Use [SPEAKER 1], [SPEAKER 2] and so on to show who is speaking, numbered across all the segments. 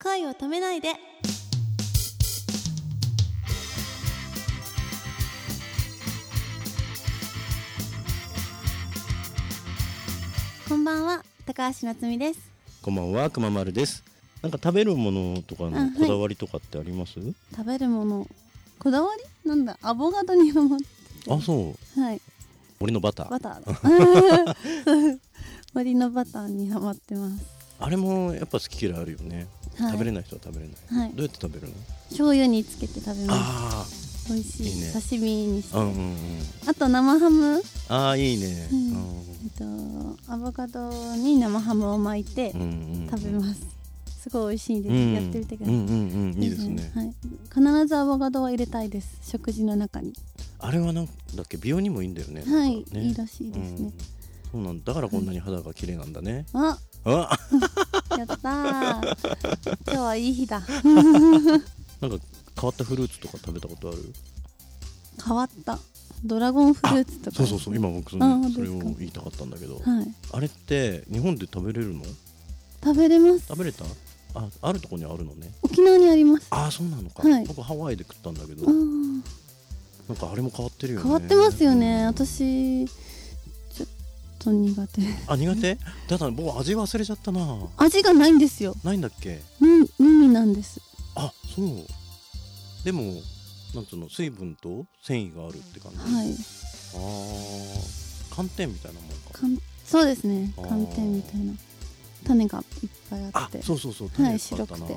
[SPEAKER 1] 恋を止めないでこんばんは高橋夏実です
[SPEAKER 2] こんばんは、くままるです。なんか食べるものと
[SPEAKER 1] あ
[SPEAKER 2] か
[SPEAKER 1] は
[SPEAKER 2] の
[SPEAKER 1] い
[SPEAKER 2] こだわりとかってあります？
[SPEAKER 1] 食べるものこだわりなんだアボカドにハマっ
[SPEAKER 2] あ、そう。
[SPEAKER 1] はい
[SPEAKER 2] 俺のバター。
[SPEAKER 1] バターだ 森のバターにハマってます
[SPEAKER 2] あれもやっぱ好き嫌いあるよね。
[SPEAKER 1] はい
[SPEAKER 2] 食べれない人は食べれない。
[SPEAKER 1] はい
[SPEAKER 2] どうやって食べるの？
[SPEAKER 1] 醤油につけて食べま
[SPEAKER 2] あ
[SPEAKER 1] す美味しい
[SPEAKER 2] いいね
[SPEAKER 1] 刺身にして
[SPEAKER 2] あ、うんうんうん。
[SPEAKER 1] あと生ハム
[SPEAKER 2] ああいいね。
[SPEAKER 1] う
[SPEAKER 2] うんん
[SPEAKER 1] えっとアボカドに生ハムを巻いて
[SPEAKER 2] うんうん。
[SPEAKER 1] 食べます、すごい美味しいです、やってみてください、
[SPEAKER 2] うんうんうんいいですね。
[SPEAKER 1] はい、必ずアボカドは入れたいです食事の中に
[SPEAKER 2] あれはなんだっけ美容にもいいんだよね。
[SPEAKER 1] はい、
[SPEAKER 2] なんかね
[SPEAKER 1] いいらしいですね、。
[SPEAKER 2] うんそうなんだだからこんなに肌が綺麗なんだね。
[SPEAKER 1] あ
[SPEAKER 2] あ、
[SPEAKER 1] や ったー今日はいい日だ
[SPEAKER 2] なんか変わったフルーツとか食べたことある？
[SPEAKER 1] 変わったドラゴンフルーツとか
[SPEAKER 2] そうそうそう。今僕そ
[SPEAKER 1] あ
[SPEAKER 2] の
[SPEAKER 1] 本当
[SPEAKER 2] そ
[SPEAKER 1] で
[SPEAKER 2] れ
[SPEAKER 1] す
[SPEAKER 2] を
[SPEAKER 1] か
[SPEAKER 2] 言いたかったんだけど。
[SPEAKER 1] はい
[SPEAKER 2] あれって日本で食べれるの
[SPEAKER 1] 食べれます
[SPEAKER 2] 食べれたああるとこにあるのね
[SPEAKER 1] 沖縄にあります
[SPEAKER 2] ああそうなのか、
[SPEAKER 1] はい
[SPEAKER 2] 僕ハワイで食ったんだけど
[SPEAKER 1] あー
[SPEAKER 2] なんかあれも変わってるよね
[SPEAKER 1] 変わってますよね、
[SPEAKER 2] うん
[SPEAKER 1] 私ちょっと苦手
[SPEAKER 2] あ苦手ただ僕味忘れちゃったな
[SPEAKER 1] 味がないんですよ
[SPEAKER 2] ないんだっけ
[SPEAKER 1] 無無味なんです
[SPEAKER 2] あそうでもなんつうの水分と繊維があるって感じ、
[SPEAKER 1] はい
[SPEAKER 2] あー寒天みたいなもんか
[SPEAKER 1] 寒そうですね
[SPEAKER 2] あー
[SPEAKER 1] 寒天みたいな種がいっぱいあっ
[SPEAKER 2] あ
[SPEAKER 1] て
[SPEAKER 2] そうそうそう
[SPEAKER 1] はい
[SPEAKER 2] 種が使ったな
[SPEAKER 1] 白くて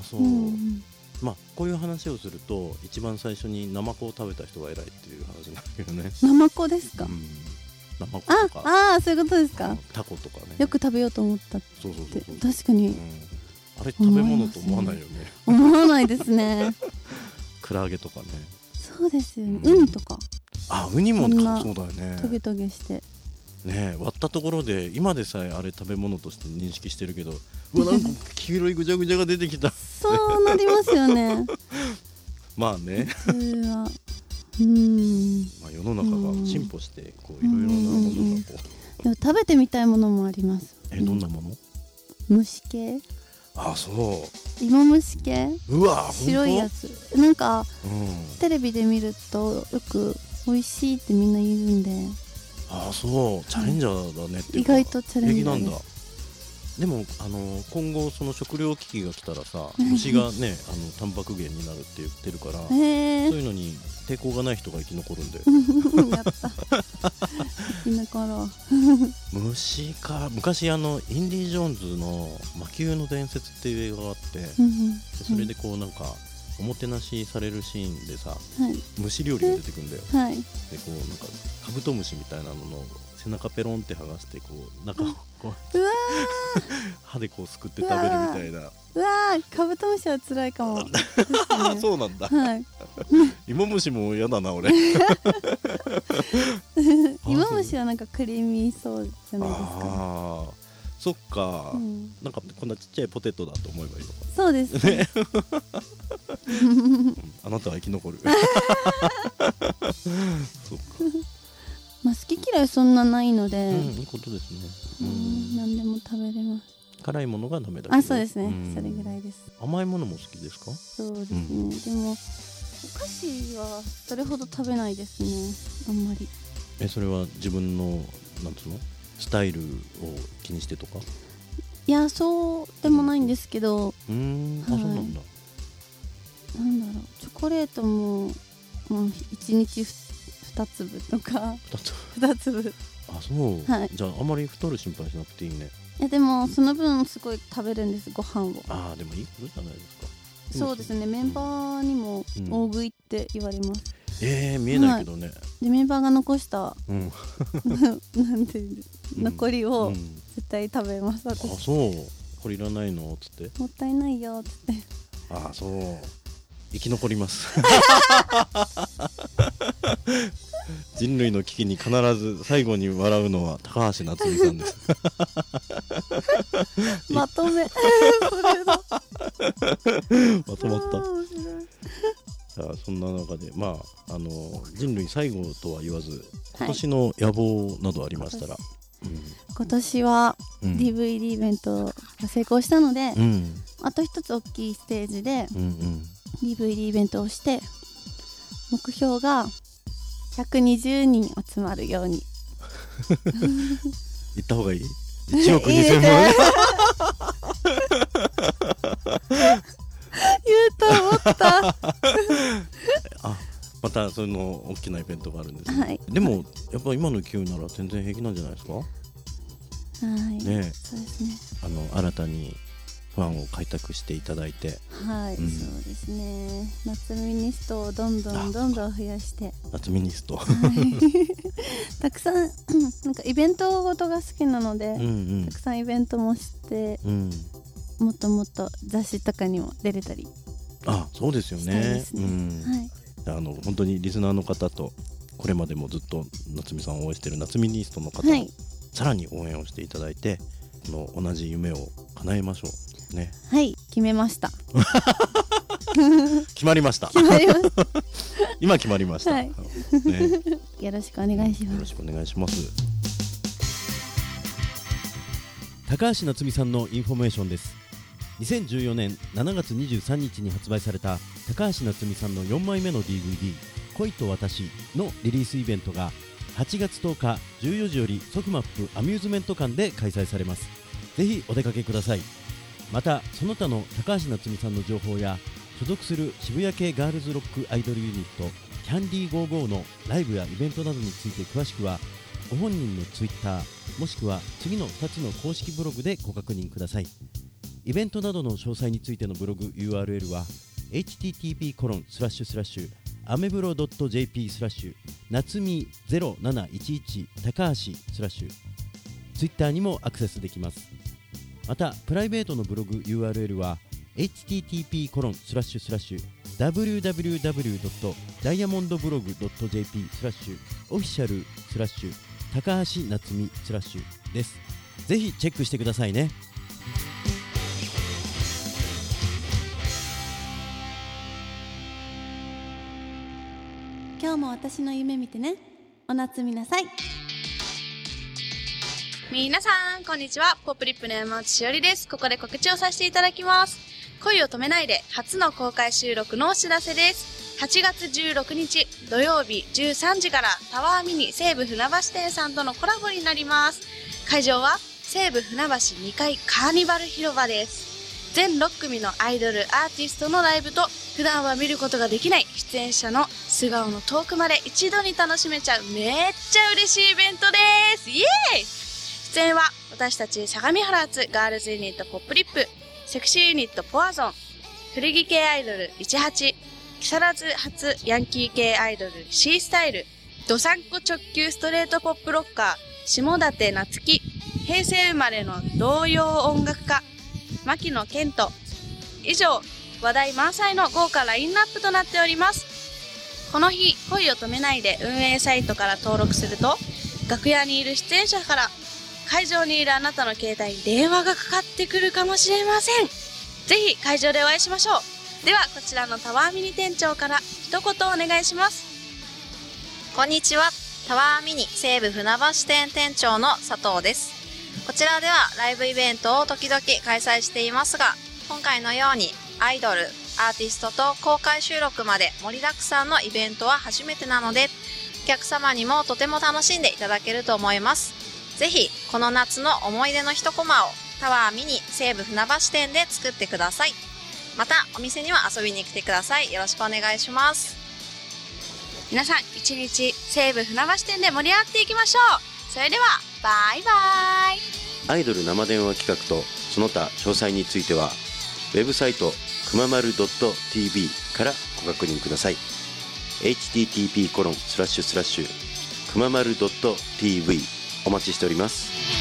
[SPEAKER 2] あそう、
[SPEAKER 1] うん、
[SPEAKER 2] まあこういう話をすると一番最初にナマコを食べた人が偉いっていう話になるよね
[SPEAKER 1] ナマコですか、
[SPEAKER 2] うん、ナマコ
[SPEAKER 1] あ
[SPEAKER 2] とか
[SPEAKER 1] あーそういうことですか、
[SPEAKER 2] うんタコとかね
[SPEAKER 1] よく食べようと思ったっ
[SPEAKER 2] そうそうそ
[SPEAKER 1] て
[SPEAKER 2] うそう、
[SPEAKER 1] 確か
[SPEAKER 2] うん
[SPEAKER 1] に、
[SPEAKER 2] あれ食べ物と思わないよね
[SPEAKER 1] 思わないです ね
[SPEAKER 2] クラゲとかね
[SPEAKER 1] そうですよね
[SPEAKER 2] うん
[SPEAKER 1] ウニとか
[SPEAKER 2] あウニ
[SPEAKER 1] こ
[SPEAKER 2] も
[SPEAKER 1] んな
[SPEAKER 2] そうだよね
[SPEAKER 1] トゲトゲして
[SPEAKER 2] ねえ割ったところで今でさえあれ食べ物として認識してるけどうわなんか黄色いぐちゃぐちゃが出てきた
[SPEAKER 1] そうなりますよね
[SPEAKER 2] まあね、
[SPEAKER 1] 普通はうんで
[SPEAKER 2] まあ、世の中が進歩してこういろいろなものがこう
[SPEAKER 1] も食べてみたいものもあります
[SPEAKER 2] えどんなもの
[SPEAKER 1] 虫系
[SPEAKER 2] あそ
[SPEAKER 1] 芋虫系
[SPEAKER 2] ううわ
[SPEAKER 1] 白いや
[SPEAKER 2] つ、
[SPEAKER 1] つなんか
[SPEAKER 2] うん、
[SPEAKER 1] テレビで見るとよく美味しいってみんな言うんで
[SPEAKER 2] あそうチャレンジャーだねってい
[SPEAKER 1] 意
[SPEAKER 2] うか
[SPEAKER 1] 外とチャレン
[SPEAKER 2] 平
[SPEAKER 1] ジ
[SPEAKER 2] 気
[SPEAKER 1] ャー
[SPEAKER 2] なんだ
[SPEAKER 1] です
[SPEAKER 2] でもあの今後その食糧危機が来たらさ
[SPEAKER 1] うん
[SPEAKER 2] 虫がねあのタンパク源になるって言ってるから、そう
[SPEAKER 1] へえ
[SPEAKER 2] いうのに抵抗がない人が生き残るんだよ、
[SPEAKER 1] やった生き残ろう
[SPEAKER 2] 虫か昔あのインディ・ジョーンズの「魔球の伝説」っていう映画があってで
[SPEAKER 1] うん
[SPEAKER 2] それでこうなんかおもてなしされるシーンでさ
[SPEAKER 1] うんはい
[SPEAKER 2] 虫料理が出てくるんだよ
[SPEAKER 1] はい
[SPEAKER 2] でこうなんかカブトムシみたいなのの背中ペロンって剥がしてこう中をこう
[SPEAKER 1] うわ
[SPEAKER 2] 歯でこうすくって食べるみたいな
[SPEAKER 1] ーうわーカブトムシは辛いかも、
[SPEAKER 2] あ
[SPEAKER 1] ですね
[SPEAKER 2] そうなんだ
[SPEAKER 1] はい
[SPEAKER 2] 芋虫も嫌だ な俺そう
[SPEAKER 1] 芋虫はなんかクリーミーそうじゃないですか、
[SPEAKER 2] ああそっか、
[SPEAKER 1] うん、
[SPEAKER 2] なんかこんなちっちゃいポテトだと思えばいいのか
[SPEAKER 1] そうですね
[SPEAKER 2] あなたは生き 残るそっか、
[SPEAKER 1] まあ好き嫌いそんなないので、
[SPEAKER 2] う
[SPEAKER 1] うんん
[SPEAKER 2] いいことですね、うん、
[SPEAKER 1] 何でも食べれます
[SPEAKER 2] 辛いものがダメだけど
[SPEAKER 1] あそうですね、
[SPEAKER 2] うん
[SPEAKER 1] それぐらいです
[SPEAKER 2] 甘いものも好きですか
[SPEAKER 1] そうですね、
[SPEAKER 2] う
[SPEAKER 1] でもお菓子はそれほど食べないですねあんまり
[SPEAKER 2] えそれは自分のなんつうのスタイルを気にしてとか
[SPEAKER 1] いやそうでもないんですけど
[SPEAKER 2] うーんあ、
[SPEAKER 1] はい
[SPEAKER 2] そうなんだ
[SPEAKER 1] なんだろうチョコレートも、まあ、1日2粒とか
[SPEAKER 2] だと
[SPEAKER 1] 2粒い
[SPEAKER 2] あそう、
[SPEAKER 1] はい
[SPEAKER 2] じゃああまり太る心配しなくていいね
[SPEAKER 1] やでもその分すごい食べるんですご飯を
[SPEAKER 2] ああでもいいことじゃないですか
[SPEAKER 1] そうですねメンバーにも
[SPEAKER 2] うん
[SPEAKER 1] 大食いって言われます、
[SPEAKER 2] ええ見えないけどね、
[SPEAKER 1] でメンバーが残した
[SPEAKER 2] うん
[SPEAKER 1] なんていうの残り
[SPEAKER 2] う
[SPEAKER 1] を
[SPEAKER 2] ん
[SPEAKER 1] 絶対食べます私
[SPEAKER 2] あそうこれいらないのっつって
[SPEAKER 1] もったいないよっつって
[SPEAKER 2] あそう生き残ります人類の危機に必ず最後に笑うのは高橋夏実さんです
[SPEAKER 1] まとめそれだ
[SPEAKER 2] まとまっ
[SPEAKER 1] あ
[SPEAKER 2] た
[SPEAKER 1] ー面白い
[SPEAKER 2] じゃあそんな中でまああの人類最後とは言わず今
[SPEAKER 1] はい、
[SPEAKER 2] 年の野望などありましたら、
[SPEAKER 1] 今年は
[SPEAKER 2] うんうん
[SPEAKER 1] DVD イベントが成功したので、
[SPEAKER 2] うん
[SPEAKER 1] あと一つ大きいステージで
[SPEAKER 3] うん
[SPEAKER 1] DVD イベントをして目標が120人集まるように
[SPEAKER 3] 行った方 がいい1億
[SPEAKER 1] いいです
[SPEAKER 3] 2000
[SPEAKER 1] ね
[SPEAKER 3] 万
[SPEAKER 1] 言うと思った
[SPEAKER 3] あまたその大きなイベントがあるんですね、
[SPEAKER 1] はい
[SPEAKER 3] でもやっぱ今の勢いなら全然平気なんじゃないですか
[SPEAKER 1] はい、
[SPEAKER 3] ねえ
[SPEAKER 1] そうですね
[SPEAKER 3] あの新たにファンを開拓していただいて
[SPEAKER 1] はい、
[SPEAKER 3] うん
[SPEAKER 1] そうですね夏ミニストをどんどんどんどん増や して
[SPEAKER 3] 夏ミニスト
[SPEAKER 1] たくさん なんかイベントごとが好きなので、
[SPEAKER 3] うんうん
[SPEAKER 1] たくさんイベントもして
[SPEAKER 3] うん
[SPEAKER 1] もっともっと雑誌とかにも出れたり、
[SPEAKER 3] あそうですよ
[SPEAKER 1] したい
[SPEAKER 3] ね
[SPEAKER 1] ですね
[SPEAKER 3] うん
[SPEAKER 1] はい
[SPEAKER 3] あの本当にリスナーの方とこれまでもずっと夏美さんを応援している夏美ニストの方、
[SPEAKER 1] はい
[SPEAKER 3] さらに応援をしていただいてこの同じ夢を叶えましょうね
[SPEAKER 1] はい決めました
[SPEAKER 3] 決まりま した
[SPEAKER 1] 決まりま し
[SPEAKER 3] 今決まりました、
[SPEAKER 1] はい
[SPEAKER 3] ね
[SPEAKER 1] たよろしくお願いし
[SPEAKER 3] よ
[SPEAKER 1] ま
[SPEAKER 3] ろ
[SPEAKER 1] す
[SPEAKER 3] しくお願いします
[SPEAKER 2] 高橋夏実さんのインフォメーションです2014年7月23日に発売された高橋夏実さんの4枚目の DVD「恋と私」のリリースイベントが8月10日14時よりソフマップアミューズメント館で開催されますぜひお出かけくださいまたその他の高橋夏実さんの情報や所属する渋谷系ガールズロックアイドルユニットキャンディー55のライブやイベントなどについて詳しくはご本人の Twitter もしくは次の2つの公式ブログでご確認くださいイベントなどの詳細についてのブログ URL は http コロンスラッシュスラッシュアメブロ .jp スラッシュ夏み0711高橋スラッシュツイッターにもアクセスできますまたプライベートのブログ URL は http コロンスラッシュスラッシュ www.diamondblog.jp スラッシュオフィシャルスラッシュ高橋夏実スラッシュですぜひチェックしてくださいね
[SPEAKER 1] 今日も私の夢見てねお夏みなさい
[SPEAKER 4] 皆さん、こんにちは。ポップリップの山内しおりです。ここで告知をさせていただきます。恋を止めないで、初の公開収録のお知らせです。8月16日土曜日13時からタワーミニ西武船橋店さんとのコラボになります。会場は西武船橋2階カーニバル広場です。全6組のアイドル、アーティストのライブと普段は見ることができない出演者の素顔のトークまで一度に楽しめちゃうめっちゃ嬉しいイベントですイエーイ出演は私たち相模原津ガールズユニットポップリップセクシーユニットポアゾン古着系アイドル18木更津発ヤンキー系アイドル C スタイルドサンコ直球ストレートポップロッカー下館夏樹平成生まれの童謡音楽家牧野健人以上話題満載の豪華ラインナップとなっておりますこの日恋を止めないで運営サイトから登録すると楽屋にいる出演者から会場にいるあなたの携帯に電話がかかってくるかもしれませんぜひ会場でお会いしましょうではこちらのタワーミニ店長から一言お願いします
[SPEAKER 5] こんにちは。タワーミニ西武船橋店店長の佐藤です。こちらではライブイベントを時々開催していますが、今回のようにアイドル、アーティストと公開収録まで盛りだくさんのイベントは初めてなので、お客様にもとても楽しんでいただけると思います。ぜひ、この夏の思い出の一コマをタワーミニ西武船橋店で作ってください。また、お店には遊びに来てください。よろしくお願いします。
[SPEAKER 4] 皆さん一日西武船橋店で盛り上がっていきましょうそれではバイバ
[SPEAKER 6] ア
[SPEAKER 4] イ
[SPEAKER 6] イドル生電話企画とその他詳細についてはウェブサイトくままる .tv からご確認ください http コロンスラッシュスラッシュくままる .tv お待ちしております